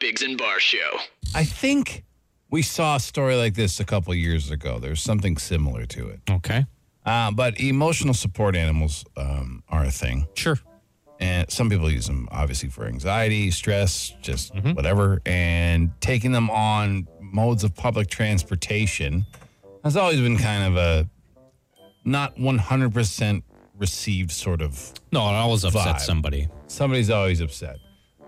Biggs and Bar Show. I think we saw a story like this a couple years ago. There's something similar to it. Okay. Uh, but emotional support animals um, are a thing. Sure. And some people use them obviously for anxiety, stress, just whatever. And taking them on modes of public transportation has always been kind of a not 100% received sort of No, it always Vibe. upsets somebody. somebody's always upset.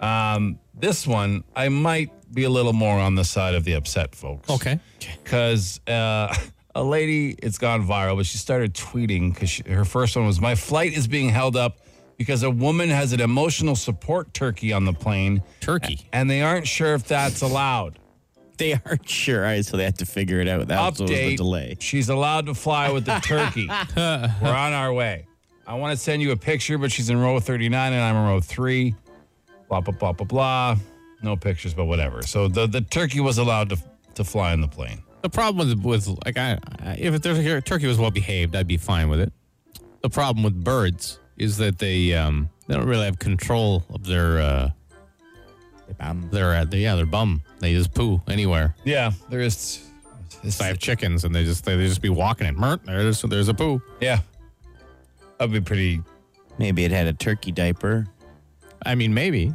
Um, this one, I might be a little more on the side of the upset, folks. Okay. Because uh, a lady, it's gone viral, but she started tweeting because her first one was My flight is being held up because a woman has an emotional support turkey on the plane, Turkey. and they aren't sure if that's allowed. They aren't sure. All right, so they have to figure it out. That was Update the delay. She's allowed to fly with the turkey. We're on our way. I want to send you a picture, but she's in row 39 and I'm in row 3. Blah, blah, blah, blah, blah. No pictures, but whatever. So the, the turkey was allowed to, to fly in the plane. The problem with, with like, I, I, if there's a turkey was well behaved, I'd be fine with it. The problem with birds is that they um, they don't really have control of their uh, Um, their, uh, their yeah their bum. They just poo anywhere. Yeah, there is. So I have chickens and they just they, they just be walking it. Mert, there's there's a poo. yeah. That'd be pretty. Maybe it had a turkey diaper. I mean maybe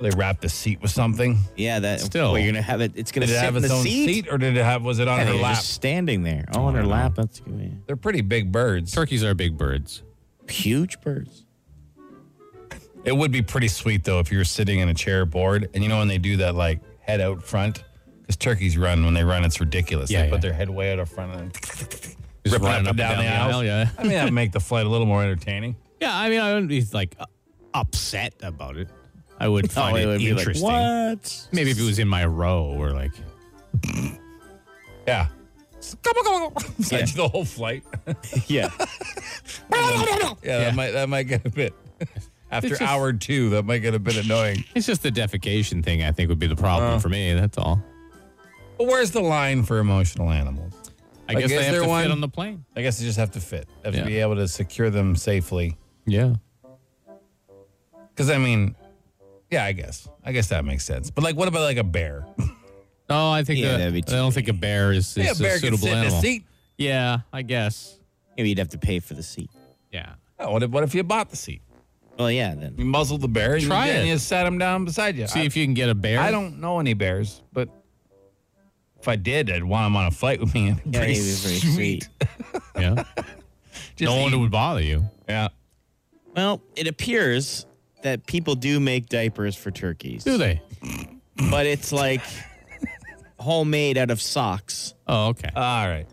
They wrapped the seat with something. Yeah, that Still. well, you're gonna have it. It's gonna Did it sit have in its the own seat. seat? or did it have? Was it on Yeah, her they're lap? just standing there. Oh, on her lap. That's good. Yeah. They're pretty big birds. turkeys are big birds. Huge birds. It would be pretty sweet though if you were sitting in a chair bored, and you know when they do that like head out front, because turkeys run when they run, it's ridiculous. Yeah, they put yeah. their head way out of front and Just ripping running up and down, the aisle. yeah. I mean that would make the flight a little more entertaining. Yeah, I mean, I wouldn't be like u- upset about it. I would Oh, find Oh, it it, would be like, interesting. what? Maybe if it was in my row or like, Yeah, Gobble, gobble, gobble. Inside you the whole flight. yeah, Yeah. that might that might get a bit. After just- hour two, that might get a bit annoying. it's just the defecation thing. I think would be the problem for me. That's all. But where's the line for emotional animals? I Like, guess is they have there to one- fit on the plane. I guess they just have to fit. Have Yeah. to be able to secure them safely. Yeah. Because I mean, yeah, I guess I guess that makes sense. But like, what about like a bear? No, Oh, I think Yeah, that- that'd be I don't think a bear is, is Yeah, a, suitable animal. Yeah, I guess. Maybe you'd have to pay for the seat. Yeah. Oh, what, if, what if you bought the seat? Well, yeah. Then You muzzled the bear and, Try you, it. and you sat him down beside you. See I, if you can get a bear. I don't know any bears, but if I did, I'd want him on a flight with me. yeah, Pretty it'd be pretty sweet. Yeah. Just no eat- one would bother you. Yeah. Well, it appears that people do make diapers for turkeys. Do they? But it's like homemade out of socks. Oh, okay. All right.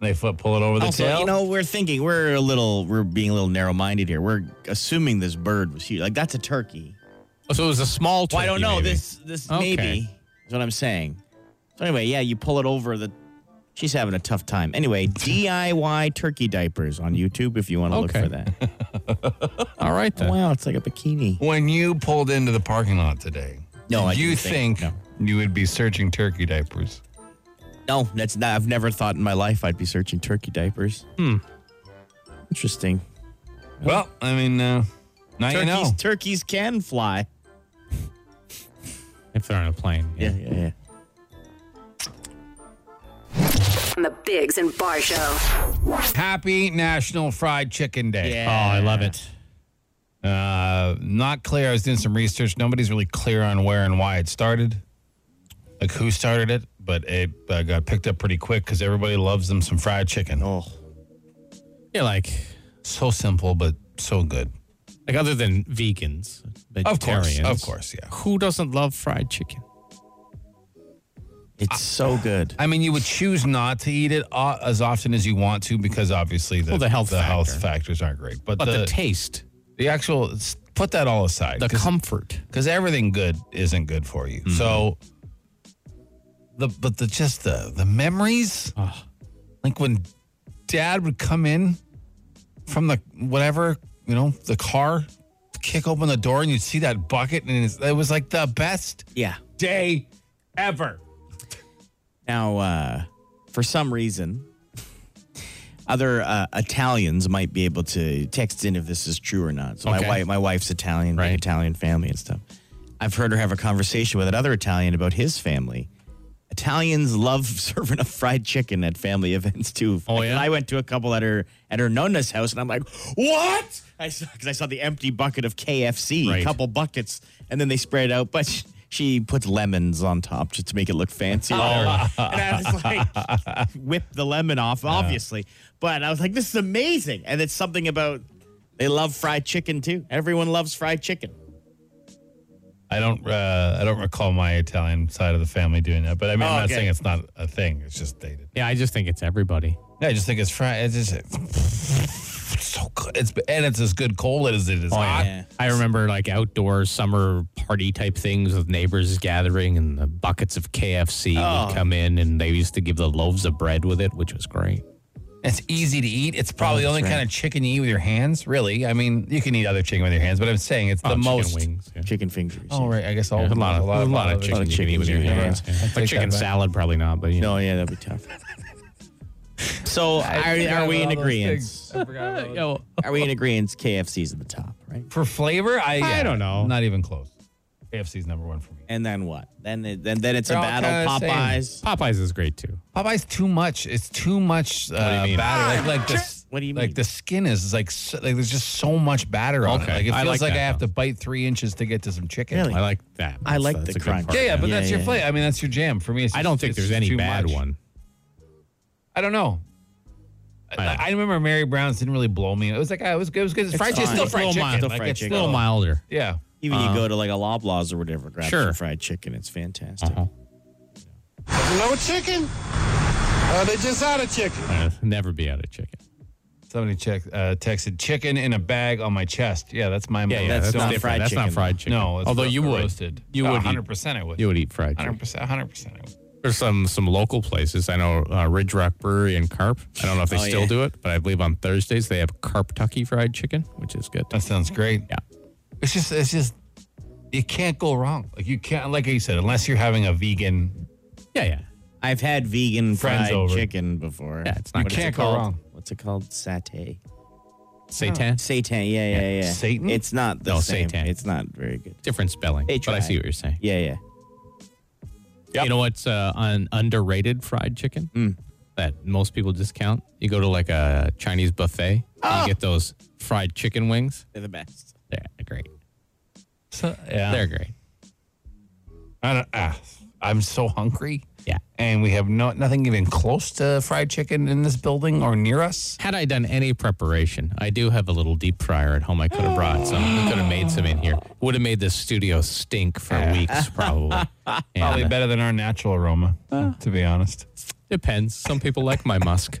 They flip, pull it over the also, tail. you know, we're thinking we're a little we're being a little narrow minded here. We're assuming this bird was huge. Like that's a turkey. so it was a small turkey. Well, I don't know. maybe. This this Okay. maybe is what I'm saying. So anyway, yeah, you pull it over the. She's having a tough time. Anyway, DIY turkey diapers on YouTube if you want to Okay. look for that. All right then. wow, it's like a bikini. when you pulled into the parking lot today, No, I did you didn't think- think, you would be searching turkey diapers? No, that's not. I've never thought in my life I'd be searching turkey diapers. Hmm. Interesting. Well, I mean, uh, now Turkeys, you know. turkeys can fly. If they're on a plane. Yeah, yeah, yeah. On the Biggs and Bar Show. Happy National Fried Chicken Day. Yeah. Oh, I love it. Uh, not clear. I was doing some research. Nobody's really clear on where and why it started, like who started it, but it uh, got picked up pretty quick because everybody loves them some fried chicken. Oh, Yeah, like So simple, but so good. Like other than vegans, Of course, vegetarians, of course, yeah. Who doesn't love fried chicken? it's so good. I mean, you would choose not to eat it uh, as often as you want to because obviously the, Well, the health factor. health factors aren't great, but, But the the, the, taste, actual put that all aside. the 'cause- comfort. because everything good isn't good for you. So Mm-hmm. the but the just the the memories, like when Dad would come in from the whatever you know the car, kick open the door and you'd see that bucket and it's, it was like the best Yeah. day ever. Now, uh, for some reason, other uh, Italians might be able to text in if this is true or not. So Okay. my wife, my wife's Italian, big Right. Italian family and stuff. I've heard her have a conversation with another Italian about his family. Italians love serving up fried chicken at family events too. Oh, yeah? I went to a couple at her at her nonna's house, and I'm like, "What?" I saw because I saw the empty bucket of KFC, Right. a couple buckets, and then they spread it out, but. She, she puts lemons on top just to make it look fancy. or whatever. Oh. and I was like, whip the lemon off, obviously. But I was like, this is amazing. And it's something about they love fried chicken too. Everyone loves fried chicken. I don't. Uh, I don't recall my Italian side of the family doing that. But I mean, Oh, I'm not okay. saying it's not a thing. It's just dated. Yeah, I just think it's everybody. Yeah, I just think it's fried. It's just it's so good. It's and it's as good cold as it is hot. yeah. Oh, I remember like outdoor summer party type things with neighbors gathering and the buckets of KFC Oh. would come in and they used to give the loaves of bread with it, which was great. It's easy to eat. It's probably the Oh, only that's kind of chicken you eat with your hands, really. I mean, you can eat other chicken with your hands, but I'm saying it's the Oh, chicken most. wings. Yeah. Chicken fingers. Oh, right. I guess all, Yeah, a lot of a lot, of it. chicken you can chickens eat with your you can have. hands. Yeah. Like Take chicken that back. salad, probably not, but you know. No, Oh, yeah, that'd be tough. so I are, forgot are we about in all those agreement? things. I forgot about those. Are we in agreement? KFC's at the top, right? For flavor, I yeah, don't know. Not even close. AFC's number one for me. And then what? Then it, then then it's They're a all battle. kinda the same. Popeyes. Popeyes is great too. Popeye's too much. It's too much uh, mean? batter. Like, like the, s- What do you mean? Like the skin is like so, like there's just so much batter on Okay, it. Like it I feels like like, that, I have though. to bite three inches to get to some chicken. Really? I like that. I like the a good crunch. part, Yeah, yeah, but Yeah, that's your yeah. flavor. I mean, that's your jam. For me, it's I just- don't think it's there's just any too bad much. one. I don't know. I, I- I remember Mary Brown's didn't really blow me. It was like ah, it was good. It was good. It's, fried chicken. fine. Still It's fried little chicken. mild. Still like, fried it's A chicken. still little mild. milder. Yeah. Even you go to like a Loblaws or whatever, grab Uh-huh. Sure. some fried chicken. It's fantastic. Uh-huh. No chicken? Uh, they just out of chicken. Uh, never be out of chicken. Somebody check, uh, texted chicken in a bag on my chest. Yeah, that's my. Yeah, yeah, that's that's, not not fried That's not chicken, fried chicken. No, it's although ro- you would, roasted. you Oh, would, eat, 100% I would. you would eat fried chicken. 100%, 100% I would. There's some some local places. I know uh, Ridge Rock Brewery and Carp. I don't know if they Oh, still yeah. do it, but I believe on Thursdays they have Carp Tucky fried chicken, which is good. That sounds great. Yeah. It's just it's just you can't go wrong. Like you can't like you said unless you're having a vegan. Yeah, yeah, I've had vegan Friends fried over. chicken before. yeah. It's not You good. can't It's go called- wrong. What's it called? Satay. Satan. Satan. Yeah, yeah, yeah. Satan? It's not the No, same. seitan. It's not very good. Different spelling, They but I see tried. what you're saying. Yeah, yeah. You know what's uh, an underrated fried chicken Hmm. that most people discount? You go to like a Chinese buffet, Ah. and you get those fried chicken wings. They're the best. They're great. So, yeah. They're great. I don't, ah, I'm so hungry. Yeah. And we have no nothing even close to fried chicken in this building or near us. Had I done any preparation, I do have a little deep fryer at home. I could have brought some. I could have made some in here. Would have made this studio stink for weeks, probably. And, Probably uh, better than our natural aroma, to be honest. Depends. Some people like my musk.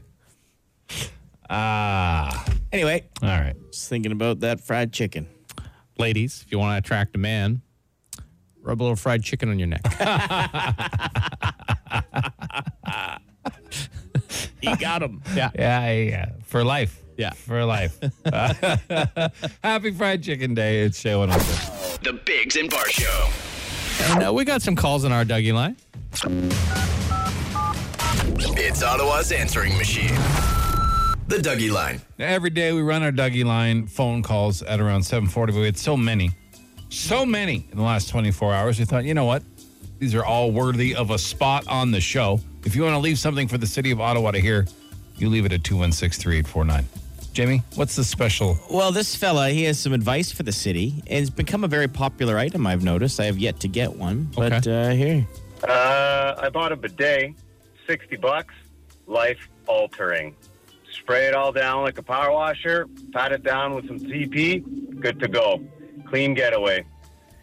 Ah, Anyway, all right. just thinking about that fried chicken. Ladies, if you want to attract a man, rub a little fried chicken on your neck. He got him. Yeah, yeah. For life. Yeah. For life. Happy Fried Chicken Day. It's Shay 106. The Bigs and Bar Show. and, uh, we got some calls on our Dougie line. It's Ottawa's answering machine. The Dougie Line. Now, Every day we run our Dougie line phone calls at around 740. We had so many, so many in the last 24 hours. We thought, you know what? These are all worthy of a spot on the show. If you want to leave something for the city of Ottawa to hear, you leave it at 216 3849. Jamie, what's the special? Well, this fella, he has some advice for the city. It's become a very popular item, I've noticed. I have yet to get one, but uh, here. Uh, I bought a bidet, 60 bucks, life altering. Spray it all down like a power washer, pat it down with some TP, good to go. Clean getaway.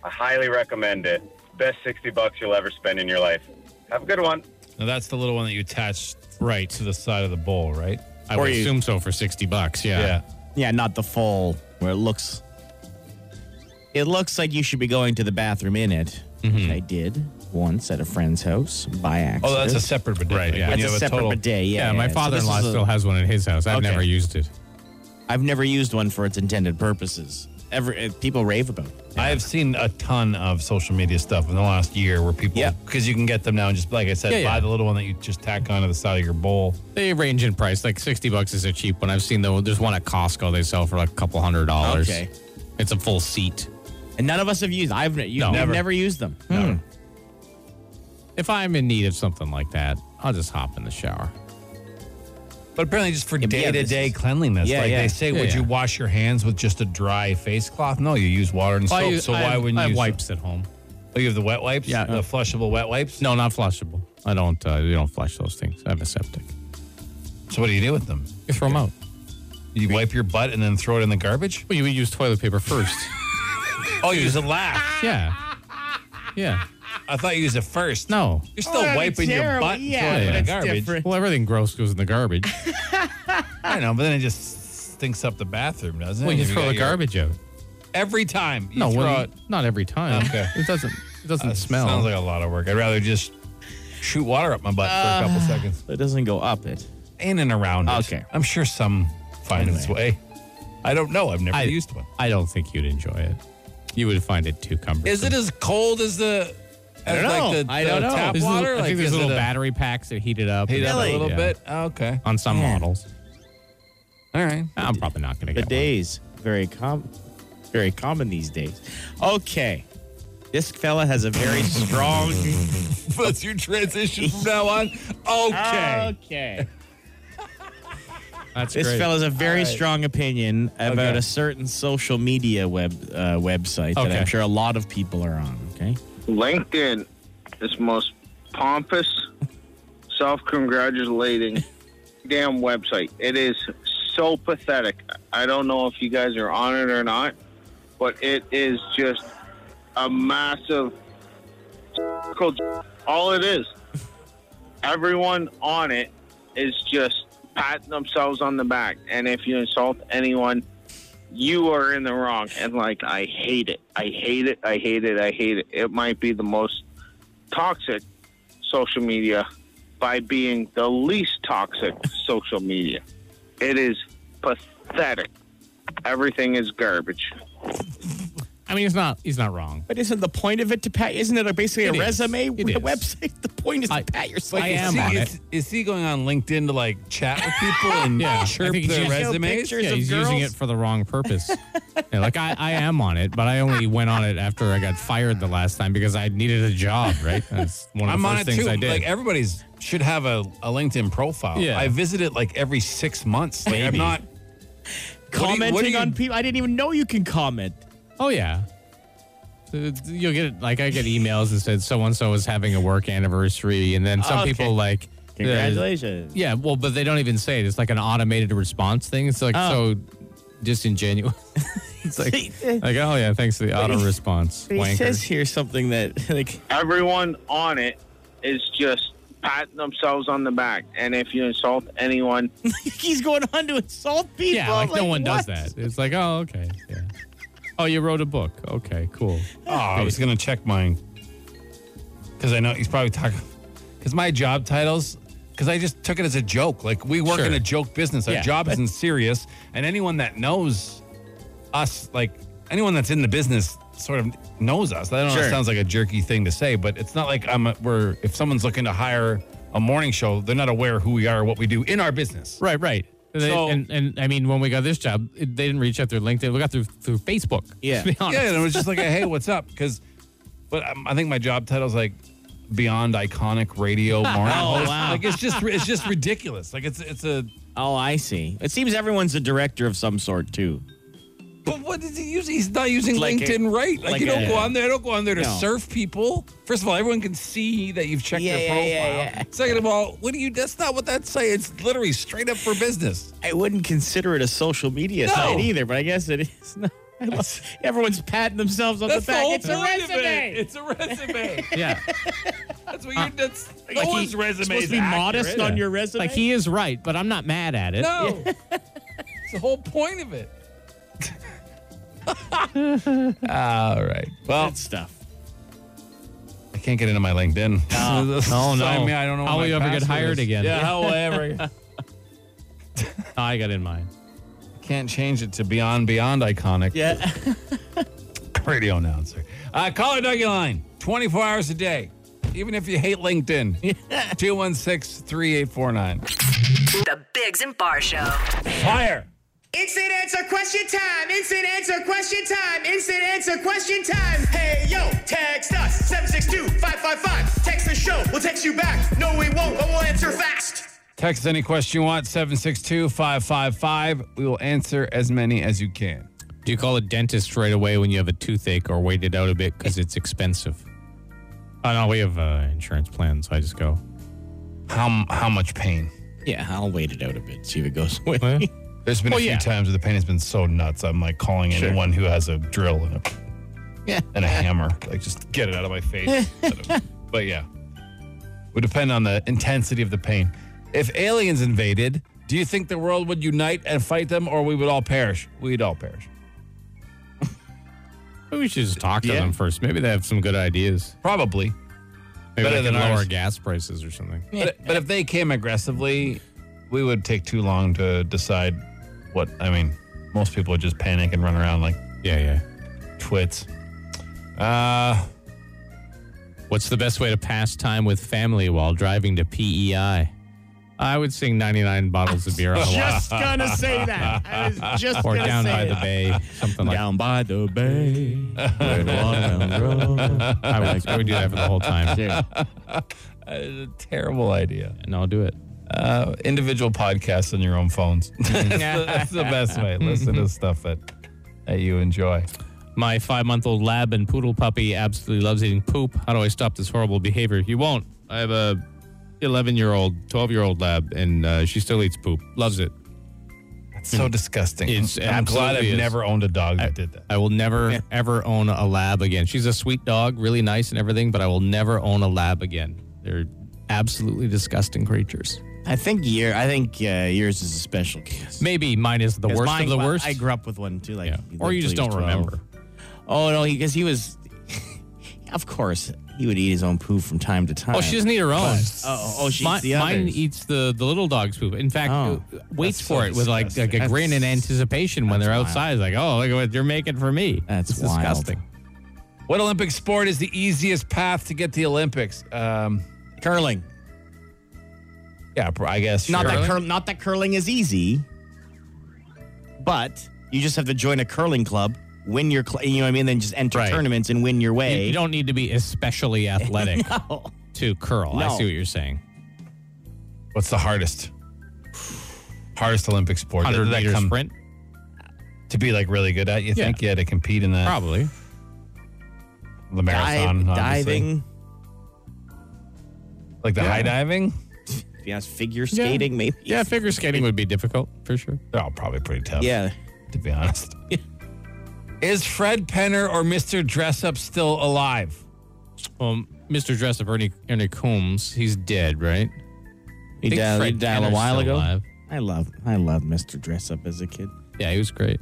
I highly recommend it. Best 60 bucks you'll ever spend in your life. Have a good one. Now, that's the little one that you attach right to the side of the bowl, right? I Or would you- assume so for 60 bucks. Yeah. Yeah. Yeah, not the full, where it looks. It looks like you should be going to the bathroom in it. which I did once at a friend's house by accident. Mm-hmm. Oh, that's a separate bidet. Right, Like yeah. when That's you a have separate total- bidet. Yeah, Yeah, my So father in law this is a- still has one in his house. I've Okay. never used it. I've never used one for its intended purposes. Ever uh, people rave about. It. I've seen a ton of social media stuff in the last year where people, Yeah. because you can get them now and just, like I said, Yeah, yeah. buy the little one that you just tack onto the side of your bowl. They range in price. Like 60 bucks is a cheap one. I've seen though there's one at Costco they sell for like a couple hundred dollars. Okay. It's a full seat. And none of us have used. I've ne- you- No. we've Never. never used them. Hmm. If I'm in need of something like that, I'll just hop in the shower. But apparently, just for Yeah, day to this day is- cleanliness, Yeah, like yeah. they say, Yeah, would you yeah. wash your hands with just a dry face cloth? No, you use water and soap. I use- so I why have- wouldn't I you have use wipes at home? Oh, you have the wet wipes. Yeah. the flushable wet wipes. No, not flushable. I don't. Uh, we don't flush those things. I have a septic. So what do you do with them? You throw them out. You wipe your butt and then throw it in the garbage. Well, you would use toilet paper first. Oh, you use it last. yeah. Yeah. I thought you used it first. No. you're still that'd be wiping your terrible. butt. and Yeah, throwing it in but the it's garbage. different. Well, everything gross goes in the garbage. I know, but then it just stinks up the bathroom, doesn't it? well, you If throw got the your- garbage out. every time. You No, throw well, it. not every time. Okay. It doesn't. It doesn't smell. Sounds like a lot of work. I'd rather just shoot water up my butt for a couple Uh, seconds. It doesn't go up it. in and around it. Okay. I'm sure some find its way. I don't know. I've never I used one. I don't think you'd enjoy it. You would find it too cumbersome. Is it as cold as the? I don't know. Like the, I the don't know. Tap There's water. Little, I like, think there's is it little a- battery packs that heat it up. Heat and- up a little Yeah. bit. Oh, okay. on some Man. models. All right. I'm probably not going to get one. Bidets very com very common these days. Okay. This fella has a very strong That's your transition from now on. Uh, Okay. Okay. That's This great. fella has a very strong opinion about Okay. a certain social media web uh, website that Okay. I'm sure a lot of people are on, okay? LinkedIn is most pompous, self-congratulating damn website. It is so pathetic. I don't know if you guys are on it or not, but it is just a massive all it is. Everyone on it is just patting themselves on the back, and if you insult anyone, you are in the wrong. And like, I hate it. I hate it. I hate it. I hate it. It might be the most toxic social media by being the least toxic social media. It is pathetic. Everything is garbage. I mean, he's not. He's not wrong. But isn't the point of it to pat? Isn't it basically It a is. resume It with a is. website? The point is I- to pat yourself. I am is, he, on is, is he going on LinkedIn to like chat with people and Yeah, I chirp think he's their using- resumes? Pictures yeah, of he's using girls? it for the wrong purpose. Yeah, like I, I am on it, but I only went on it after I got fired the last time because I needed a job. Right, that's one of the I'm on first it things too. I did. Like everybody's should have a, a LinkedIn profile. Yeah. I visit it like every six months. Like I'm Maybe. not do you- Commenting what do you- on people. I didn't even know you can comment. oh yeah, Uh, you'll get like I get emails and said so and so is having a work anniversary, and then some Oh, okay. people like uh, Congratulations. Yeah, well, but they don't even say it. It's like an automated response thing. It's like Oh. so disingenuous. it's like, like, oh yeah, thanks for the auto response. eh, He says Wanker. here something that like everyone on it is just patting themselves on the back. And if you insult anyone, he's going on to insult people. Yeah, like, no Like, one does what? that. It's like, oh okay, yeah. Oh, you wrote a book. Okay, cool. Oh, I was gonna check mine because I know he's probably talking. Because my job titles, because I just took it as a joke. Like we work Sure. in a joke business. Our Yeah. job isn't serious, and anyone that knows us, like anyone that's in the business, sort of knows us. I don't know. It Sure. sounds like a jerky thing to say, but it's not like I'm. A, we're if someone's looking to hire a morning show, they're not aware who we are, or what we do in our business. Right, right. They- So- and, and I mean, when we got this job, it, they didn't reach out through LinkedIn. We got through through Facebook. Yeah. to be honest. Yeah, and it was just like, hey, what's up? Because, but um, I think my job title's like beyond iconic radio morning Oh, host. wow. Like it's just it's just ridiculous. Like it's it's a. Oh, I see. It seems everyone's a director of some sort too. But what is he using? He's not using Like a- LinkedIn right. Like, like you don't a- go on there. I don't go on there to No. surf people. First of all, everyone can see that you've checked Yeah, your yeah, profile. yeah, yeah. Second of all, what do you? That's not what that's saying. It's literally straight up for business. I wouldn't consider it a social media No. site either, but I guess it is. Not. I love- everyone's patting themselves on That's the the back. whole it's a point of resume. it. It's a resume. yeah. that's what you're. That's no Like he- one's resume supposed is to be modest accurate. on your resume. Like he is right, but I'm not mad at it. No. it's the whole point of it. All right. Well, Good stuff. I can't get into my LinkedIn. No, Oh no! I mean, I don't know. what How my will you ever get password hired is. again? Yeah, how will I ever? I got in mind. can't change it to beyond beyond iconic Yeah. radio announcer. Uh, caller Dougie line, 24 hours a day, even if you hate LinkedIn. 216-3849. The Bigs and Bar Show. Fire. Instant answer question time. Instant answer question time. Instant answer question time. Hey yo, text us 762-555. Text the show. We'll text you back. No, we won't, but we'll answer fast. Text any question you want, 762 555. We will answer as many as you can. Do you call a dentist right away when you have a toothache or wait it out a bit because it's expensive? Oh, no, we have uh, insurance plans. So I just go. How, how much pain? Yeah, I'll wait it out a bit, see if it goes away. There's been a Well, few yeah. times where the pain has been so nuts. I'm like calling anyone who has a drill and a, and a hammer. Like, just get it out of my face. but yeah, would depend on the intensity of the pain. If aliens invaded, do you think the world would unite and fight them or we would all perish? We'd all perish. Maybe we should just talk to Yeah. them first. Maybe they have some good ideas. Probably. Maybe Better they can than lower ours. gas prices or something. But, but if they came aggressively, we would take too long to decide what. I mean, most people would just panic and run around like Yeah, yeah. twits. Uh, What's the best way to pass time with family while driving to PEI? I would sing 99 bottles of beer on the Just gonna say that. I was just or gonna down say by that. the bay, something like Down by the bay, where the water runs. I would, I would do that for the whole time. Dude, that is a uh, terrible idea. And I'll do it. Uh, individual podcasts on your own phones. that's, the, that's the best way. Listen to stuff that that you enjoy. My five month old lab and poodle puppy absolutely loves eating poop. How do I stop this horrible behavior? You won't. I have a 11 year old, 12 year old lab, and uh, she still eats poop. Loves it. It's so disgusting. It's I'm glad I've absolutely is. never owned a dog that did that. I will never, ever own a lab again. She's a sweet dog, really nice and everything, but I will never own a lab again. They're absolutely disgusting creatures. I think year. I think uh, yours is a special case. Maybe mine is the 'Cause worst mine- of the well, worst. I grew up with one too. Like, Yeah. like Or you till just he was don't 12. remember. Oh no, because he, was. of course, he would eat his own poo from time to time. Oh, she doesn't eat her own. Oh, oh, she eats mine, the mine others. eats the, the little dog's poop. In fact, Oh, uh, waits that's for so it with like, like disgusting. a grin in That's- anticipation when they're outside. Like, oh, look at what you're making for me. That's It's wild. disgusting. What Olympic sport is the easiest path to get to the Olympics? Um, curling. yeah, I guess. Not sure. that curl. Not that curling is easy, but you just have to join a curling club, win your, cl- you know what I mean, then just enter Right. tournaments and win your You, way. you don't need to be especially athletic to curl. I No. see what you're saying. What's the hardest? Hardest Olympic sport? Uh, 100 Did that meter come sprint? to be like really good at. You Yeah. think yeah to compete in that Probably. the marathon, Dive, obviously. diving. like the high diving. If you ask figure skating, maybe. Yeah, figure skating would be difficult for sure. They're all Oh, probably pretty tough. Yeah. to be honest. Is Fred Penner or Mister Dress Up still alive? Um, Mr. Dress Up Ernie, Ernie Coombs, he's dead, right? He think died, he Fred died a Penner's while still ago. alive. I love I love Mr. Dress Up as a kid. Yeah, he was great.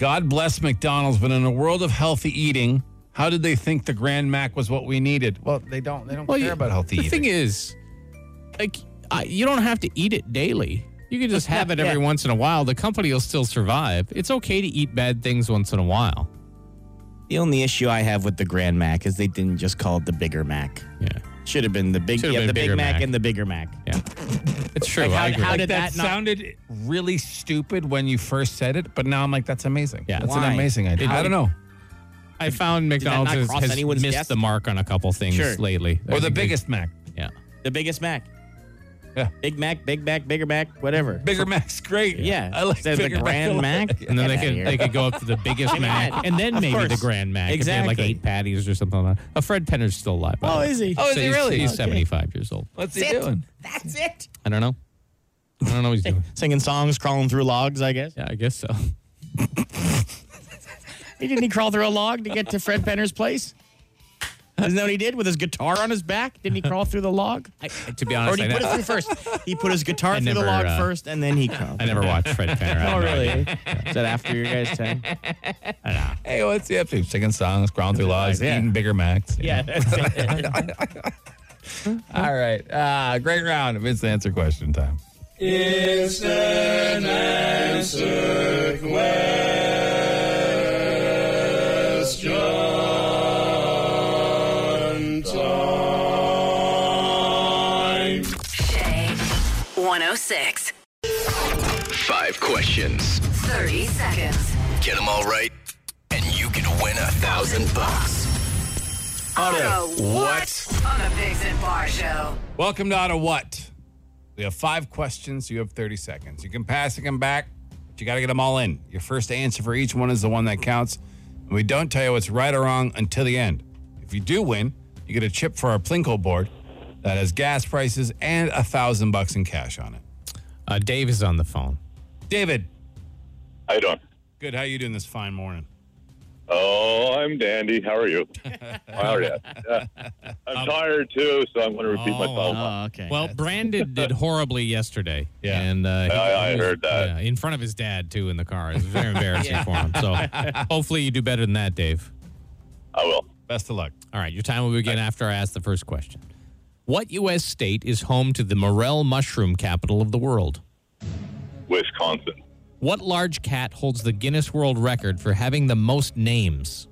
God bless McDonald's, but in a world of healthy eating, how did they think the Grand Mac was what we needed? Well, they don't. They don't care you- about healthy the eating. thing is, like, I, you don't have to eat it daily. You can just have it every once in a while. The company will still survive. It's okay to eat bad things once in a while. The only issue I have with the Grand Mac is they didn't just call it the Bigger Mac. Yeah, Should have been the big, Should've yeah, been the Big Bigger Mac, Mac. and the Bigger Mac. yeah, it's true. Like, how- I agree. how Like, did that, that not- sounded really stupid when you first said it, but now I'm like, that's amazing. Yeah. that's Why? an amazing idea. How- I don't know. I found that McDonald's not has, cross has anyone's missed guess? the mark on a couple things Sure. lately. I Or the think they- biggest Mac. yeah, The biggest Mac. Yeah. Big Mac, Big Mac, Bigger Mac, whatever. Bigger Mac's great. Yeah. I like Instead of the Bigger a Grand lot. Mac. and then Get they outta could here. they could go up to the biggest Mac, and then maybe the course. Grand Mac if they had like Exactly. eight patties or something like that. Uh, Fred Penner's still alive. by the Oh, way. is he? Oh, is So he he's- really? He's Okay. seventy-five years old. What's he doing? That's it. I don't know. I don't know what he's doing. Singing songs, crawling through logs, I guess. Yeah, I guess so. He didn't he crawl through a log to get to Fred Penner's place? Isn't that what he did with his guitar on his back? Didn't he crawl through the log? I, to be Or honest, did I, he put it ne- through first? He put his guitar I through the never, log uh, first and then he crawled. I never watched Fred Penner. I Oh, have no idea. really? Is that after your guys' time? Hey, what's he up to? Singing songs, crawling through logs, yeah. eating Bigger Macs. you know? Yeah. All right. Uh, great round of instant answer question time. oh Shay 106. Five questions. 30 seconds. Get them all right, and you can win a thousand bucks. Auto what? On the Bigs and Bar Show. Welcome to Auto What. We have five questions. You have 30 seconds. You can pass and come back, but you got to get them all in. Your first answer for each one is the one that counts. And we don't tell you what's right or wrong until the end. If you do win, you get a chip for our Plinko board that has gas prices and a thousand bucks in cash on it. Uh, Dave is on the phone. David, How you doing? good. How you doing this fine morning? Oh, I'm Dandy. How are you? How are Oh, you? Yeah. I'm tired too, so I'm going to repeat myself. Oh, okay. Well, Brandon did horribly yesterday. Yeah. and uh, he- I- I he was- heard that. yeah, in front of his dad too in the car. It was very embarrassing for him. So hopefully you do better than that, Dave. I will. Best of luck. All right, your time will begin after I ask the first question. What U.S. state is home to the morel mushroom capital of the world? Wisconsin, What large cat holds the Guinness World Record for having the most names?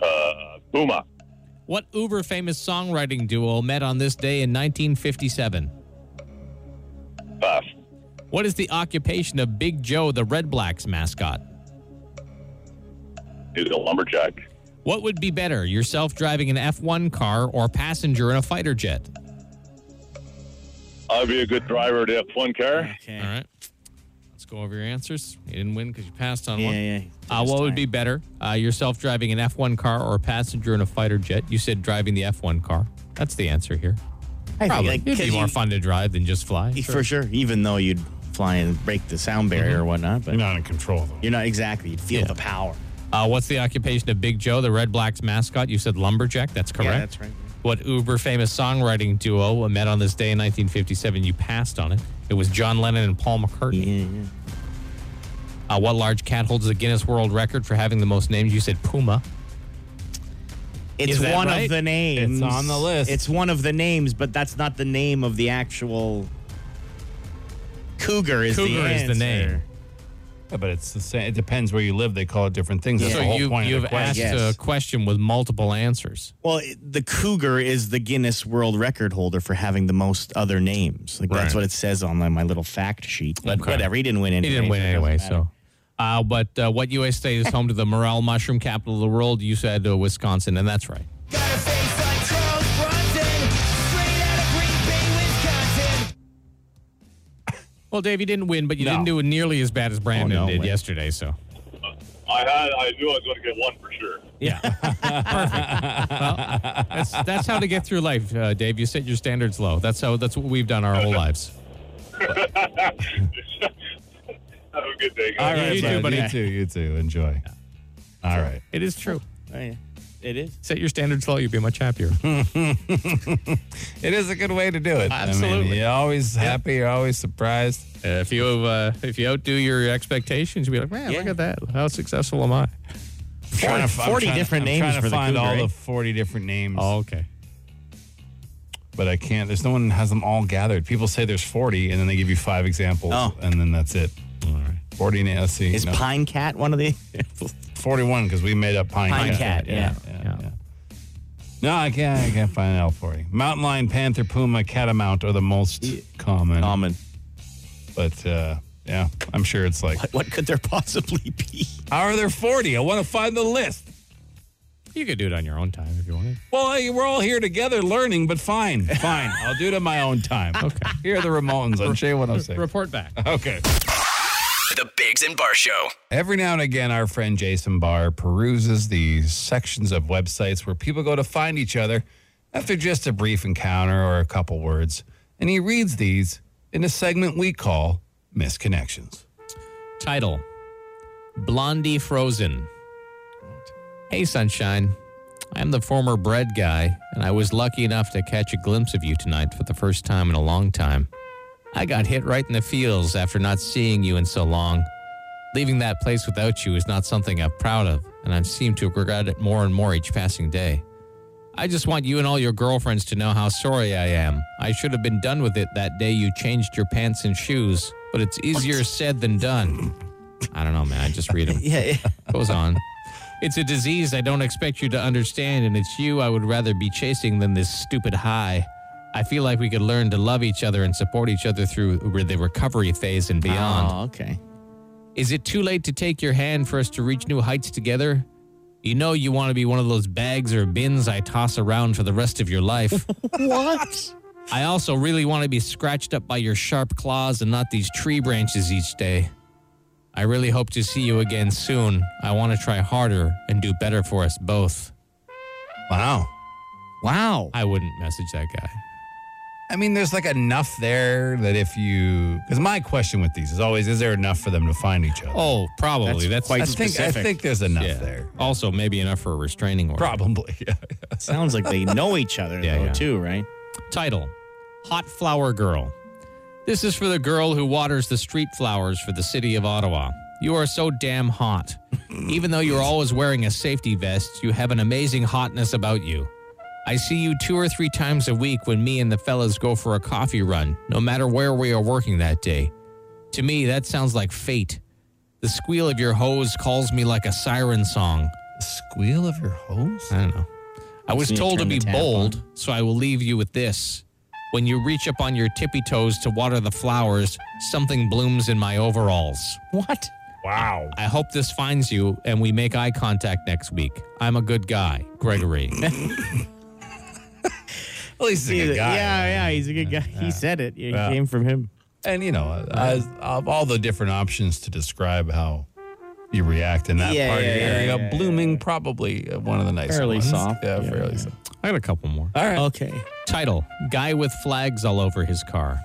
Uh, Puma, What uber famous songwriting duo met on this day in 1957? pass. What is the occupation of Big Joe, the Red Blacks mascot? He's a lumberjack. What would be better, yourself driving an F1 car or a passenger in a fighter jet? I'll be a good driver to F1 car. Okay. All right. Let's go over your answers. You didn't win because you passed on Yeah, one. yeah. Uh, what would be better, uh, yourself driving an F1 car or a passenger in a fighter jet? You said driving the F1 car. That's the answer here. I Probably. like, It'd be 'cause more you- fun to drive than just fly. you- for sure. Even though you'd fly and break the sound barrier Mm-hmm. or whatnot, but You're not in control though. you're not exactly. You'd feel the power. Uh, what's the occupation of Big Joe, the Red Blacks mascot? You said lumberjack. That's correct. Yeah, that's right. What uber famous songwriting duo met on this day in 1957? You passed on it. It was John Lennon and Paul McCartney. Yeah, yeah. Uh, what large cat holds the Guinness World Record for having the most names? You said Puma. It's Is that one right? of the names. It's on the list. It's one of the names, but that's not the name of the actual. Cougar is the Cougar is the answer. name. Yeah, but it's the same. It depends where you live. They call it different things. That's So the whole you point of you've the question. asked Yes. a question with multiple answers. Well, it- the cougar is the Guinness World Record holder for having the most other names. Like Right. that's what it says on my, my little fact sheet. But Okay. whatever, he didn't win anyway. He didn't win so it doesn't anyway, matter. so. Uh, but uh, what U.S. state is home to the morel mushroom capital of the world? You said uh, Wisconsin, and that's right. Well, Dave, you didn't win, but you No. didn't do it nearly as bad as Brandon no did way. yesterday. So, I had. I knew I was going to get one for sure. yeah, perfect. Well, that's that's how to get through life, uh, Dave. You set your standards low. That's how. That's what we've done our whole lives. Have a good day, guys. All right, You bud. too, buddy. You too. You too. Enjoy. All right. It is true. Oh, yeah. It is. Set your standards low, you'll be much happier. It is a good way to do it. I mean, Absolutely. you're always happy. You're always surprised. Uh, if you uh, if you outdo your expectations, you'll be like, man, Yeah. look at that. How successful am I? I'm trying to- I'm 40 trying to- different I'm names trying to for the find cougar, Oh. all eh? the 40 different names, okay. but I can't. There's no one has them all gathered. People say there's 40, and then they give you five examples, Oh. and then that's it. All right. 40 names. Let's see. Is No, Pine Cat one of the? 41 because we made up Pine, Pine Cat, yeah. yeah, yeah. No, I can't. I can't find out for you. Mountain lion, panther, puma, catamount are the most common. Common. But uh, yeah, I'm sure it's like. What could there possibly be? How are there 40? I want to find the list. You could do it on your own time if you wanted. Well, hey, we're all here together learning, but fine, fine. I'll do it on my own time. Okay. Here are the Ramones on J106. Report back. Okay. The Bigs and Bar Show. Every now and again, our friend Jason Barr peruses the sections of websites where people go to find each other after just a brief encounter or a couple words. And he reads these in a segment we call Misconnections. Title Blondie Frozen. Hey, Sunshine. I'm the former bread guy, and I was lucky enough to catch a glimpse of you tonight for the first time in a long time. I got hit right in the feels after not seeing you in so long. Leaving that place without you is not something I'm proud of, and I seem to regret it more and more each passing day. I just want you and all your girlfriends to know how sorry I am. I should have been done with it that day you changed your pants and shoes, but it's easier said than done. I don't know, man. I just read them. Yeah. yeah. Goes on. It's a disease I don't expect you to understand, and it's you I would rather be chasing than this stupid high. I feel like we could learn to love each other and support each other through re- the recovery phase and beyond. Oh, okay. Is it too late to take your hand for us to reach new heights together? You know you want to be one of those bags or bins I toss around for the rest of your life. What? I also really want to be scratched up by your sharp claws and not these tree branches each day. I really hope to see you again soon. I want to try harder and do better for us both. Wow. wow. I wouldn't message that guy. I mean, there's like enough there that if you, because my question with these is always, is there enough for them to find each other? Oh, probably. That's, That's I quite- think I specific. think there's enough yeah. there. Also, maybe enough for a restraining order. Probably. Yeah. Sounds like they know each other Yeah, though, yeah. too, right? Title Hot Flower Girl. This is for the girl who waters the street flowers for the city of Ottawa. You are so damn hot. Even though you're always wearing a safety vest, you have an amazing hotness about you. I see you two or three times a week when me and the fellas go for a coffee run, no matter where we are working that day. To me, that sounds like fate. The squeal of your hose calls me like a siren song. Squeal of your hose? I don't know. I was need to told to turn be the tap bold, so I will leave you with this. When you reach up on your tippy toes to water the flowers, something blooms in my overalls. What? Wow. I hope this finds you and we make eye contact next week. I'm a good guy, Gregory. At least he's a good guy. Yeah, yeah, he's a good guy. He said it. It came from him. And you know, as, of all the different options to describe how you react in that Yeah, part of the yeah, area, yeah, yeah, blooming probably uh, one of the nice Fairly ones. soft. Yeah, Yeah, fairly yeah. soft. I got a couple more. All right. Okay. Title Guy with Flags All Over His Car.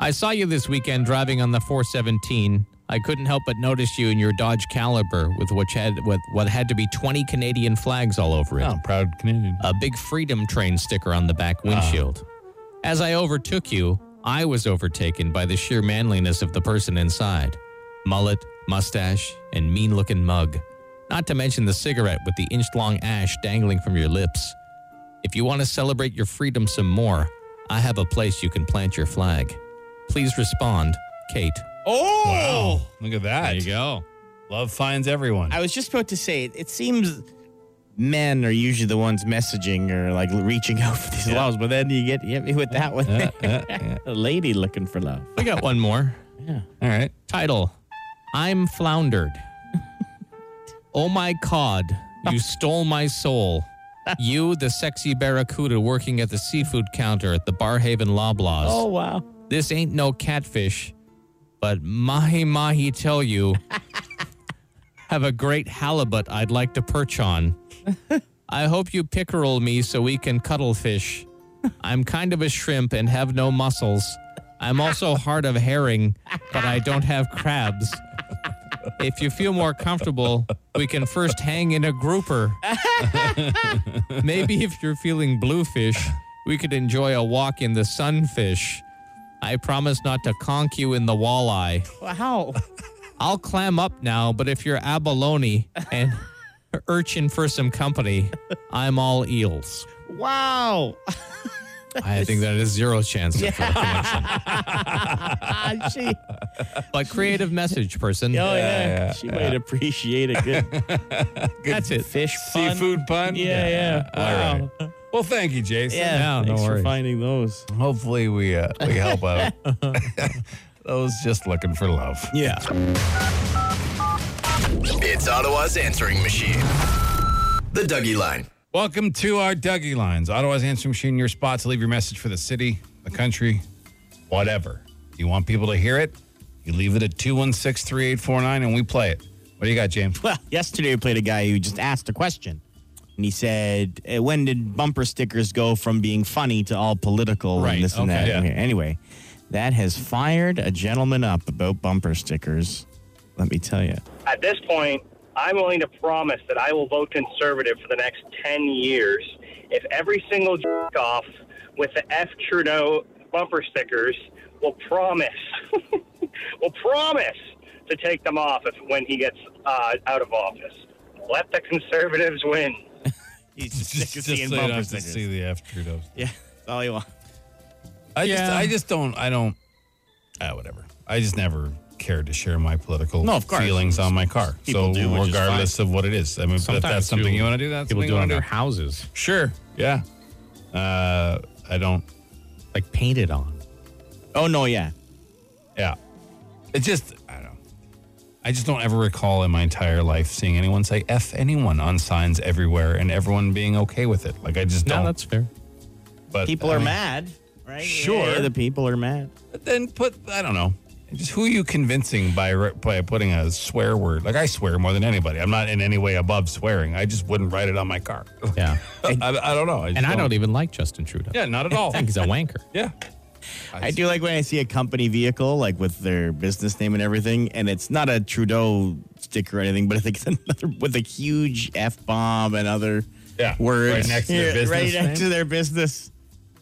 I saw you this weekend driving on the 417. I couldn't help but notice you in your Dodge Caliber with which had with what had to be 20 Canadian flags all over it. Oh, proud Canadian. a big Freedom Train sticker on the back windshield. As I overtook you, I was overtaken by the sheer manliness of the person inside mullet, mustache, and mean looking mug. Not to mention the cigarette with the inch long ash dangling from your lips. If you want to celebrate your freedom some more, I have a place you can plant your flag. Please respond, Kate. Oh, wow. look at that. go. Love finds everyone. I was just about to say, it, it seems men are usually the ones messaging or like reaching out for these loves, but then you get you hit me with that one. a lady looking for love. I got one more. all right. Title I'm Floundered. oh my cod, you stole my soul. You, the sexy barracuda working at the seafood counter at the Barhaven Loblaws. Oh, wow. This ain't no catfish, but mahi mahi tell you, have a great halibut I'd like to perch on. I hope you pickerel me so we can cuttlefish. I'm kind of a shrimp and have no muscles. I'm also hard of herring, but I don't have crabs. If you feel more comfortable, we can first hang in a grouper. Maybe if you're feeling bluefish, we could enjoy a walk in the sunfish. I promise not to conk you in the walleye. Wow. I'll clam up now, but if you're abalone and urchin for some company, I'm all eels. Wow. I think that is zero chance. of- Ah, she, oh, But creative message person. yeah. She might appreciate a good, That's it. fish pun. Seafood pun. Yeah, yeah. All Wow. right. Well, thank you, Jason. Yeah, no thanks worries. for finding those. Hopefully we uh, we help out those just looking for love. Yeah. It's Ottawa's answering machine. The Dougie Line. Welcome to our Dougie Lines, Ottawa's answering machine. Your spot to leave your message for the city, the country, whatever. You want people to hear it? You leave it at 216 3849 and we play it. What do you got, James? Well, yesterday we played a guy who just asked a question. And he said, eh, when did bumper stickers go from being funny to all political Right, and this and okay, that? yeah. Anyway, that has fired a gentleman up about bumper stickers. Let me tell you. At this point, I'm willing to promise that I will vote conservative for the next 10 years if every single jerk off with the F Trudeau bumper stickers will promise, will promise to take them off if, when he gets uh, out of office. Let the conservatives win. He's just sick of so you seeing don't bumper have to stickers. see the F Trudeau. Yeah, that's all you want. I just Yeah. I just don't I don't ah, whatever. I just never cared to share my political No, of course. feelings on my car. People so do, which is regardless of what it is. I mean if that's something you want to do, that's people something do you it on wanna their houses. Sure. Yeah. Uh, I don't like painted on. Oh no, yeah. Yeah. It just, I don't know. I just don't ever recall in my entire life seeing anyone say F anyone on signs everywhere and everyone being okay with it. Like, I just No, don't. that's fair. but People I are mean, mad, right? Sure. Yeah, the people are mad. But then put, I don't know. Just who are you convincing by re- by putting a swear word? Like, I swear more than anybody. I'm not in any way above swearing. I just wouldn't write it on my car. Yeah. I, I don't know. I just And I don't e-, even like Justin Trudeau. Yeah, not at all. I think he's a wanker. Yeah. I do like when I see a company vehicle, like with their business name and everything, and it's not a Trudeau sticker or anything, but I think it's another with a huge F bomb and other Yeah, words right next to their Yeah, Right business next to their business.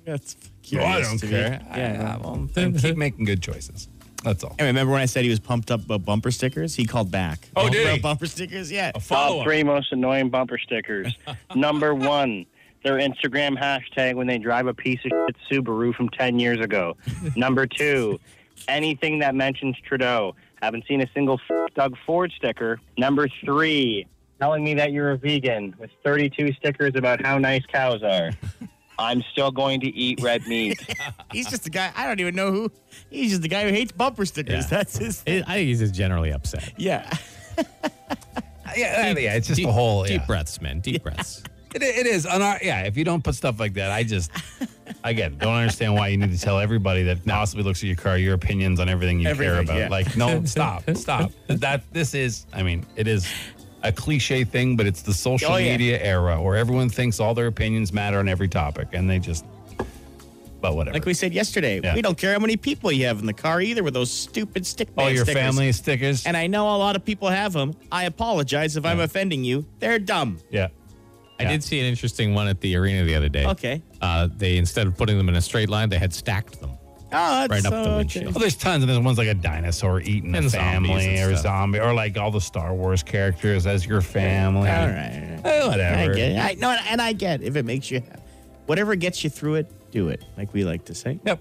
That's Well, I curious don't to me. care. Yeah. keep making good choices. That's all. And remember when I said he was pumped up about bumper stickers? He called back. Oh, Bump- did he? Oh, Bumper stickers? Yeah. Top three most annoying bumper stickers. Number one, their Instagram hashtag when they drive a piece of shit Subaru from 10 years ago. Number two, anything that mentions Trudeau. Haven't seen a single f- Doug Ford sticker. Number three, telling me that you're a vegan with 32 stickers about how nice cows are. I'm still going to eat red meat. He's just a guy. I don't even know who. He's just the guy who hates bumper stickers. Yeah. That's his. I I think he's just generally upset. Yeah. Yeah, yeah, it's just deep, a whole deep yeah. breaths, man. Deep breaths. It, it is. And I- yeah, if you don't put stuff like that, I just, again, don't understand why you need to tell everybody that possibly looks at your car your opinions on everything you care Everything, about. yeah. Like, no, stop, stop. That this is. I mean, it is a cliche thing, but it's the social Oh, yeah. media era where everyone thinks all their opinions matter on every topic, and they just. But whatever. Like we said yesterday, Yeah. we don't care how many people you have in the car either with those stupid stick all band your stickers. family stickers. And I know a lot of people have them. I apologize if I'm offending you. They're dumb. yeah. I did see an interesting one at the arena the other day. Okay. Uh, they instead of putting them in a straight line, they had stacked them. Oh, that's Right up the okay. windshield. Well, there's tons, and there's ones like a dinosaur eating a And zombies family, and or stuff. zombie, or like all the Star Wars characters as your family. All right. all right. Eh, whatever. I get it. I, no, and I get if it makes you, whatever gets you through it, do it. Like we like to say. Yep.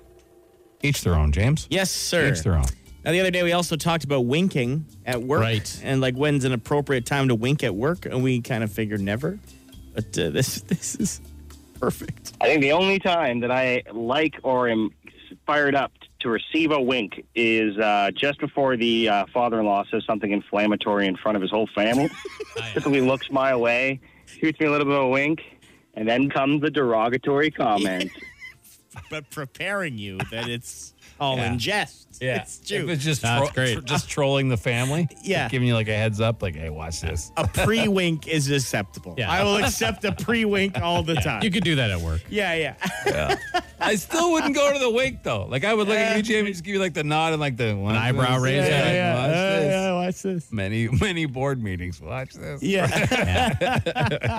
Each their own, James. Yes, sir. Each their own. Now, the other day we also talked about winking at work, Right. And like when's an appropriate time to wink at work, and we kind of figured never. But uh, this this is perfect. I think the only time that I like or am fired up to receive a wink is uh, just before the uh, father-in-law says something inflammatory in front of his whole family. Typically looks my way, shoots me a little bit of a wink, and then comes the derogatory comment. But preparing you that it's all Yeah. in jest. it's If true. it's just That's tro- great. tr- just trolling the family. Yeah. Just giving you like a heads up, like, hey, watch this. a pre wink is acceptable. Yeah. I will accept a pre wink all the time. You could do that at work. yeah, yeah. I still wouldn't go to the wink though. Like I would look at you, Jamie, just give you like the nod and like the one eyebrow raise, Yeah, yeah. yeah, watch Uh, this. yeah, watch this. Many many board meetings. Watch this. Yeah.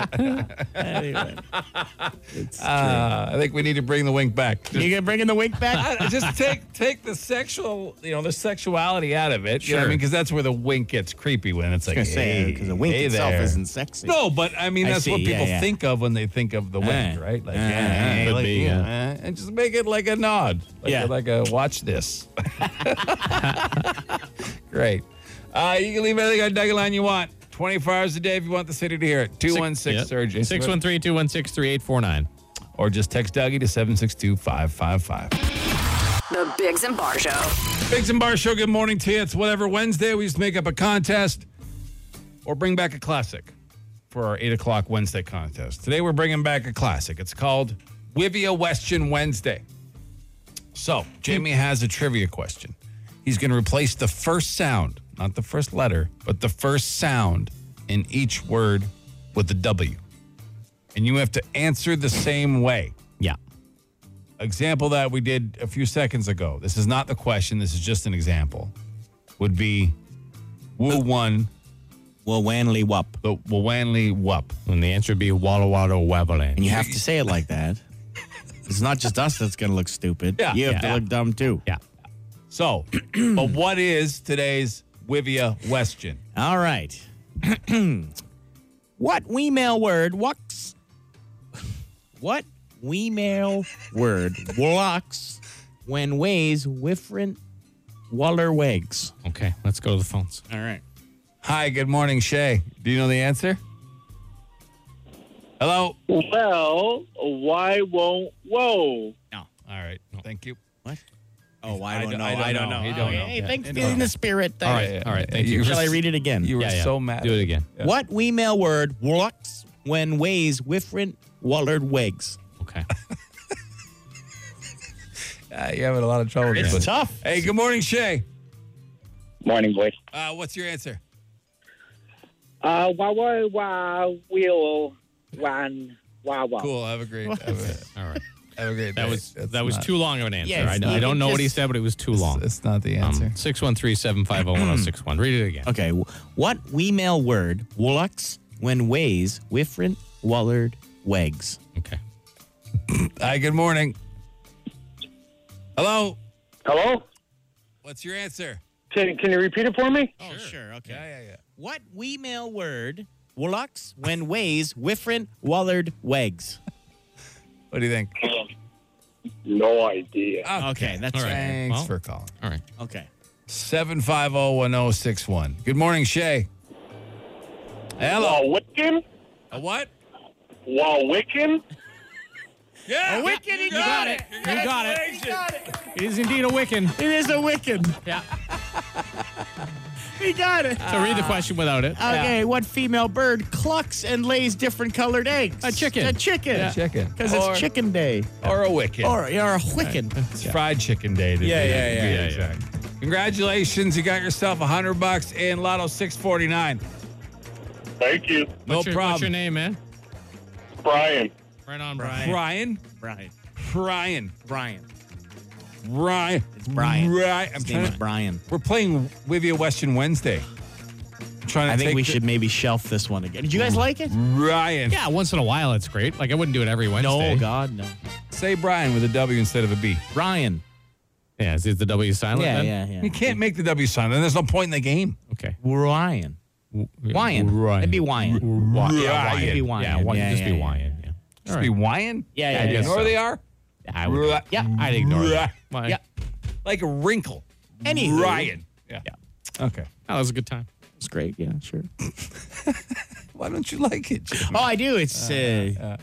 anyway, Uh, I think we need to bring the wink back. Just, you gonna bring in the wink back? I- just take take the sexual, you know, the sexuality out of it. You know what I Sure. mean? Because that's where the wink gets creepy when it's like, gonna say, hey, 'cause the wink hey itself there. isn't sexy. No, but I mean I that's see, what yeah, people yeah. think of when they think of the wink, Uh, right? Like, uh, yeah, hey, could like, be, yeah, uh, and just make it like a nod, like, Yeah. a, like a watch this. Great. Uh, you can leave anything on Dougie Line you want. 24 hours a day if you want the city to hear it. 216 Surgeon. 613 216 3849. Or just text Dougie to 762 555. The Biggs and Bar Show. Biggs and Bar Show, good morning to you. It's whatever Wednesday. We just make up a contest or bring back a classic for our 8 o'clock Wednesday contest. Today we're bringing back a classic. It's called Wivia Weston Wednesday. So, Jamie has a trivia question. He's going to replace the first sound, not the first letter, but the first sound in each word with a W. And you have to answer the same way Yeah. example that we did a few seconds ago. This is not the question. This is just an example. Would be Woo one Well, wanley wop. the Wawanli Wup. And the answer would be Walla Walla And Wabalan. you have to say it like that. It's not just us that's gonna look stupid. Yeah. you have to Yeah. look dumb too. Yeah. So, but what is today's Wivia question? All right. what we-mail word walks? What we-mail word walks when ways different waller wags? Okay, let's go to the phones. All right. Hi, good morning, Shay. Do you know the answer? Hello. Well, why won't whoa? All right. Thank you. What? Oh, I I don't don't- know. I don't know. You You don't know. Hey, Yeah. thanks Yeah. for in the spirit. Thing. All right, all right. Thank you. Shall were I s- read it again? You were so mad. Do it again. Yeah. What we mail word works when ways different Wallard wigs? Okay. Uh, you're having a lot of trouble. It's buddy. tough. Hey, good morning, Shay. Morning, boys. Uh, what's your answer? Uh, wah, wah, wah, wheel, wan, wah, wah. Cool. Have a great. Have All right. a, have a great. That day. was That's that was not- too long of an answer. Yeah, I, it's I not- don't know what he just- said, but it was too long. Um, It's not the answer. 613 750 1061. Read it again. Okay. wh- What we mail word works when ways different Wallard wigs? Okay. Hi. Good morning. Hello. Hello? What's your answer? Can, can you repeat it for me? Oh, sure. Okay. Yeah, yeah, yeah. What we mail word works when ways different Wallard wigs? What do you think? No idea. Okay, that's All right. right. Thanks Well- oh for calling. All right. Okay. 750-1061. Good morning, Shay. Hello. Wiccan? A what? Wiccan? Yeah. A Wiccan, he got it. You got it. Congratulations. It is indeed a Wiccan. It is a Wiccan. Yeah. We got it. So read the question without it. Okay, what female bird clucks and lays different colored eggs? A chicken. A chicken. A chicken. Because Or- it's chicken day. Or a Wiccan. Or, or a Wiccan. It's fried chicken day. today. Yeah, yeah, yeah, yeah. exactly. Congratulations. You got yourself 100 bucks in Lotto 649. Thank you. No What's your, problem. What's your name, man? Brian. Right on, Brian. Brian. Brian. Brian. Brian. Brian. It's Brian. Right. I'm His name trying is to, Brian. we're playing Wivia Western Wednesday. I'm trying to I think take we the- should maybe shelf this one again. Did you guys like it? Ryan. Yeah, once in a while it's great. Like I wouldn't do it every Wednesday. No, Oh, God, no. Say Brian with a W instead of a B. Brian. Yeah, is it the W silent? Yeah, then? yeah, yeah. You can't make the W sound, and there's no point in the game. Okay. Ryan. Wyan. Ryan. It'd be Wyan. Wyan. Yeah, Ryan. Wyan. It'd be Yeah, Wyan. Wyan. Yeah, just yeah, be yeah. Wyan. Yeah. Just be Wyan. Yeah, yeah, You yeah. know where they are? I would, Ri- Yeah. I'd ignore it. Ri- Why? Yeah. Like a wrinkle. Anywho. Ryan. Yeah. Okay. Oh, that was a good time. It's great. Yeah, sure. Why don't you like it? Jim? Oh, I do. It's. Uh,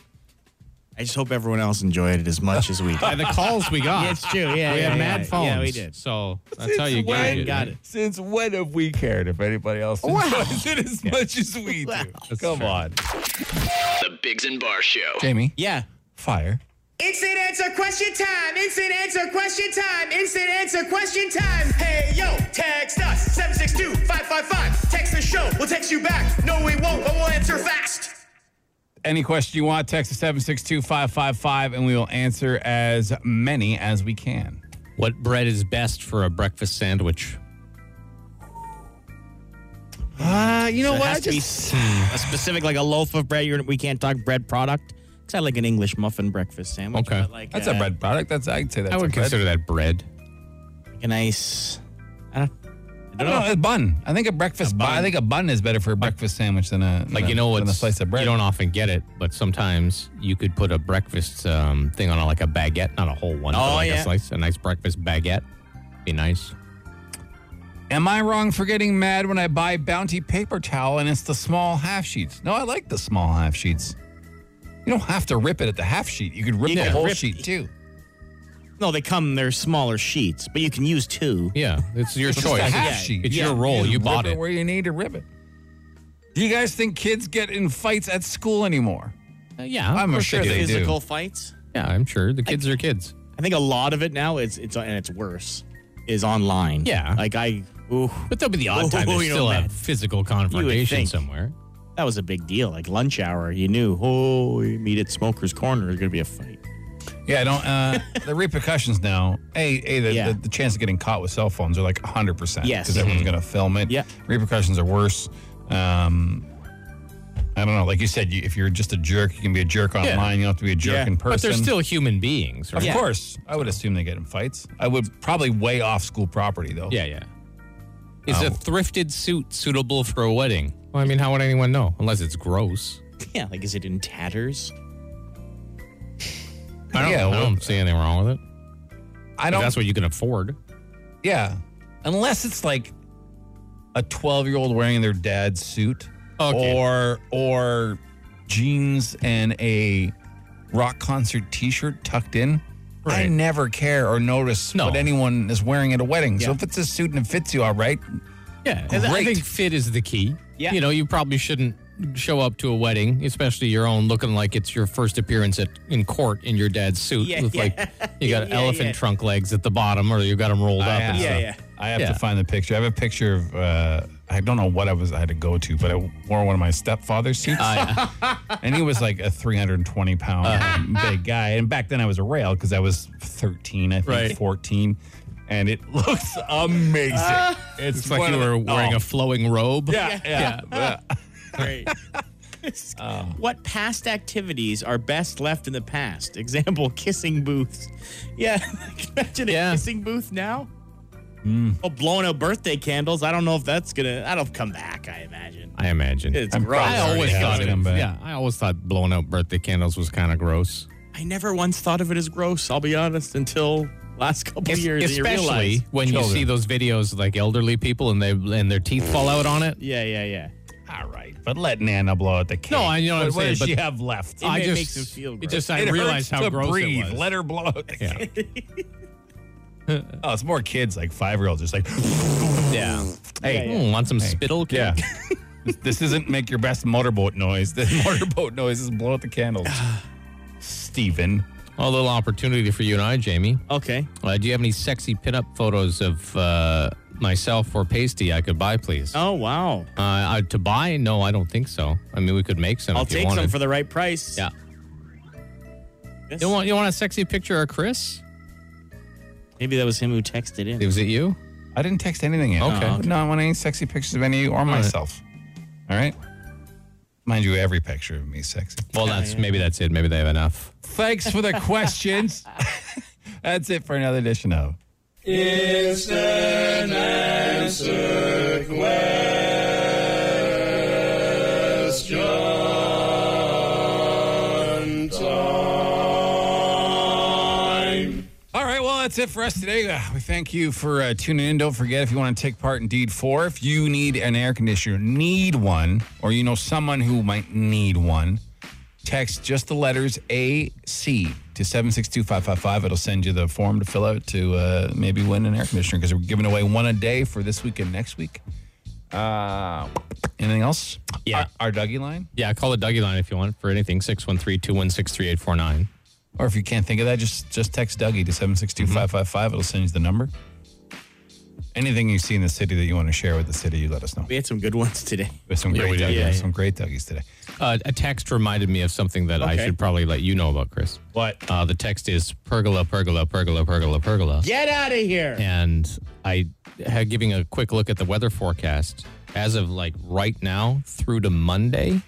I just hope everyone else enjoyed it as much as we did. And the calls we got. Yeah, it's true. Yeah, we yeah, had mad yeah, phones. Yeah, we did. So that's Since how you when- get it. Got it. Since when have we cared if anybody else enjoys it as much as we do? Wow. Come on. The Bigs and Bar Show. Jamie, Yeah. fire. Instant answer question time. Instant answer question time. Instant answer question time. Hey yo, text us 762-555. Text the show. We'll text you back. No, we won't, but we'll answer fast. Any question you want, text us 762 555 and we will answer as many as we can. What bread is best for a breakfast sandwich? Uh, you know It has to be s- a specific, like a loaf of bread. You're, we can't talk bread product. It's not like an English muffin breakfast sandwich. Okay. but like That's uh, a bread product. That's I'd say that's I a would bread. consider that bread. A nice. I don't, I I don't don't know. know, a bun. I think a breakfast bun. I think a bun is better for a breakfast sandwich than a Like you know than what's a slice of bread. You don't often get it, but sometimes you could put a breakfast um, thing on a, like a baguette, not a whole one. but Oh, like yeah. a slice, a nice breakfast baguette. Be nice. Am I wrong for getting mad when I buy Bounty paper towel and it's the small half sheets? No, I like the small half sheets. You don't have to rip it at the half sheet. You could rip You the can whole rip- sheet too. No, they come. They're smaller sheets, but you can use two. Yeah, it's your Oh, It's just choice. a half Yeah, sheet. It's your role. just You rip bought it. where you need to rip it. Do you guys think kids get in fights at school anymore? Uh, yeah, of I'm course sure they do. Physical fights. Yeah, I'm sure the kids are kids. I think a lot of it now is it's and it's worse is online. Yeah. Like I. Ooh, But there'll be the odd Oh, time there's you know, still a Matt. physical confrontation think. somewhere. that was a big deal. Like lunch hour, you knew. Oh, you meet at Smoker's Corner. There's gonna be a fight. Yeah, I don't. Uh, the repercussions now. A, a the, Yeah. the, the chance of getting caught with cell phones are like 100. percent Yes. because everyone's going to film it. Yeah. repercussions are worse. Um, I don't know. Like you said, you, if you're just a jerk, you can be a jerk online. You don't have to be a jerk Yeah. in person. But they're still human beings, of right? course. I would assume they get in fights. I would probably way off school property though. Yeah, yeah. Is Oh. a thrifted suit suitable for a wedding? Well, I mean, how would anyone know? Unless it's gross. Yeah. Like is it in tatters? I don't, Yeah, I well, don't see anything wrong with it. I If don't. that's what you can afford. yeah, unless it's like a 12 year old wearing their dad's suit. Okay. or or jeans and a rock concert t-shirt tucked in I never care or notice what anyone is wearing at a wedding. So Yeah. if it's a suit and it fits you all right, Yeah, and I Great. think fit is the key. Yeah. you know, you probably shouldn't show up to a wedding, especially your own, looking like it's your first appearance at in court in your dad's suit Yeah, with yeah. like you got Yeah, elephant yeah. trunk legs at the bottom, or you got them rolled I up. have- and stuff. Yeah, I have Yeah. to find the picture. I have a picture of uh, I don't know what I was I had to go to, but I wore one of my stepfather's suits, Ah, and he was like a 320 pound Uh-huh. big guy. And back then I was a rail because I was 13, I think Right. 14, and it looks amazing. Uh, It's, like one you of were the- wearing oh. a flowing robe. Yeah, yeah. Um, Great. what past activities are best left in the past? Example, kissing booths. Yeah. Imagine a kissing booth now. Oh, blowing out birthday candles. I don't know if that's going to, that'll come back, I imagine. I imagine. It's I'm gross. probably I always already thought has it- come back. yeah, Yeah, I always thought blowing out birthday candles was kind of gross. I never once thought of it as gross, I'll be honest, until last couple Es- years. and you especially realize- when you see those videos of, like elderly people and they and their teeth fall out on it. Yeah, yeah, yeah. All right, but let Nana blow out the cake. No, I know what I'm What saying, does but she have left? It I may- just- makes them feel it gross. just- I hurts realized how to gross it breathe. was. Let her blow out the Yeah. cake. oh, it's more kids like five year olds, just like yeah. Hey, Yeah, yeah. Hmm, want some spittle? Yeah. This- this isn't make your best motorboat noise. This motorboat noise is blow out the candles. Steven. A little opportunity for you and I, Jamie. Okay. Uh, do you have any sexy pinup photos of uh, myself or Pasty I could buy, please? Uh, Oh, wow. I, to buy? No, I don't think so. I mean, we could make some. I'll if you take some wanted. for the right price. Yeah. Yes. You want you want a sexy picture of Chris? Maybe that was him who texted in. Was it you? I didn't text anything in. Okay. No, I want any sexy pictures of any or myself. All right. Mind you, every picture of me is sexy. Well, that's maybe that's it. Maybe they have enough. Thanks for the questions. That's it for another edition of. All right, well, that's it for us today. Uh, We thank you for uh, tuning in. Don't forget, if you want to take part in Deed 4, if you need an air conditioner, need one, or you know someone who might need one, text just the letters AC to 762-555. It'll send you the form to fill out to uh, maybe win an air conditioner because we're giving away one a day for this week and next week. Uh, anything else? Yeah. Our, our Dougie line? Yeah, call the Dougie line if you want for anything. 613 216 3849. Or if you can't think of that, just just text Dougie to 762-555. It'll send you the number. Anything you see in the city that you want to share with the city, you let us know. We had some good ones today. There's some Yeah, great we did. Dougies, Yeah, some great Dougies today. Uh, a text reminded me of something that I Okay. should probably let you know about, Chris. What? Uh, the text is pergola, pergola, pergola, pergola, pergola. Get out of here. And I had giving a quick look at the weather forecast. As of like right now through to Monday,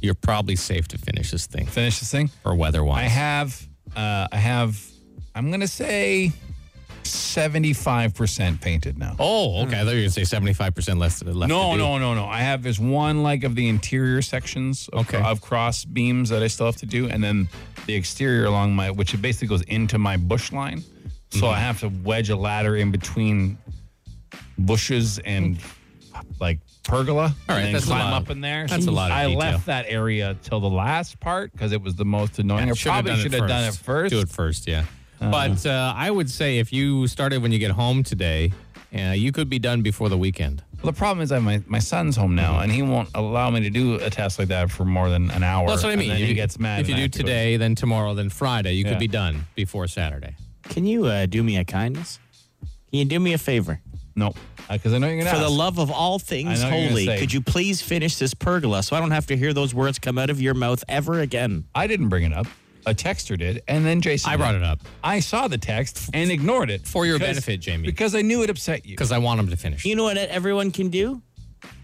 you're probably safe to finish this thing Finish this thing. or weather I wise. have, uh, I have, I'm gonna say, seventy-five percent painted now. oh, okay. I thought you were going to say 75% less left. no, to do. no, no, no. I have there's one like of the interior sections of, Okay. of cross beams that I still have to do, and then the exterior along my, which basically goes into my bush line. So Mm-hmm. I have to wedge a ladder in between bushes and like pergola. All right, and then that's a climb lot. up in there. That's a lot of I detail. left that area till the last part because it was the most annoying. I Should've probably done it should have done it first. Uh-huh. Do it first, yeah. but uh, I would say if you started when you get home today, uh, you could be done before the weekend. Well, the problem is, I my my son's home now, and he won't allow me to do a task like that for more than an hour. That's what I And mean. then he gets mad If you and I have do to go- today, then tomorrow, then Friday, you Yeah. could be done before Saturday. Can you uh, do me a kindness? Can you do me a favor? no, because Uh, I know you're gonna For ask. the love of all things I know what you're gonna holy, say. could you please finish this pergola so I don't have to hear those words come out of your mouth ever again? I didn't bring it up. A texter did, and then Jason. I brought did. it up I saw the text and ignored it for your because- benefit, Jamie, because, because I knew it upset you. I want him to finish. You know what everyone can do?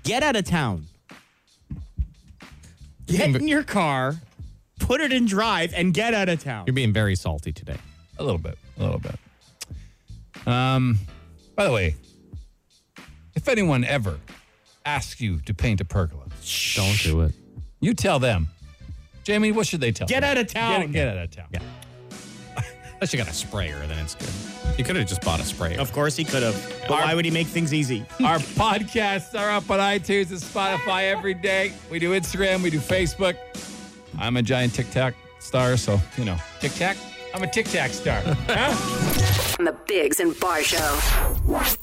Get out of town. Get in your car, put it in drive, and get out of town. You're being very salty today. A little bit. A little bit. Um, by the way, if anyone ever asks you to paint a pergola, Don't do it. you tell them. Jamie, what should they tell? Get them? out of town. Get, get out of town. Yeah. Unless you got a sprayer, then it's good. You could have just bought a sprayer. Of course he could have. But why would he make things easy? Our podcasts are up on iTunes and Spotify every day. We do Instagram, we do Facebook. I'm a giant TikTok star, so, you know, TikTok, I'm a tic tac star. On the Bigs and Bar Show.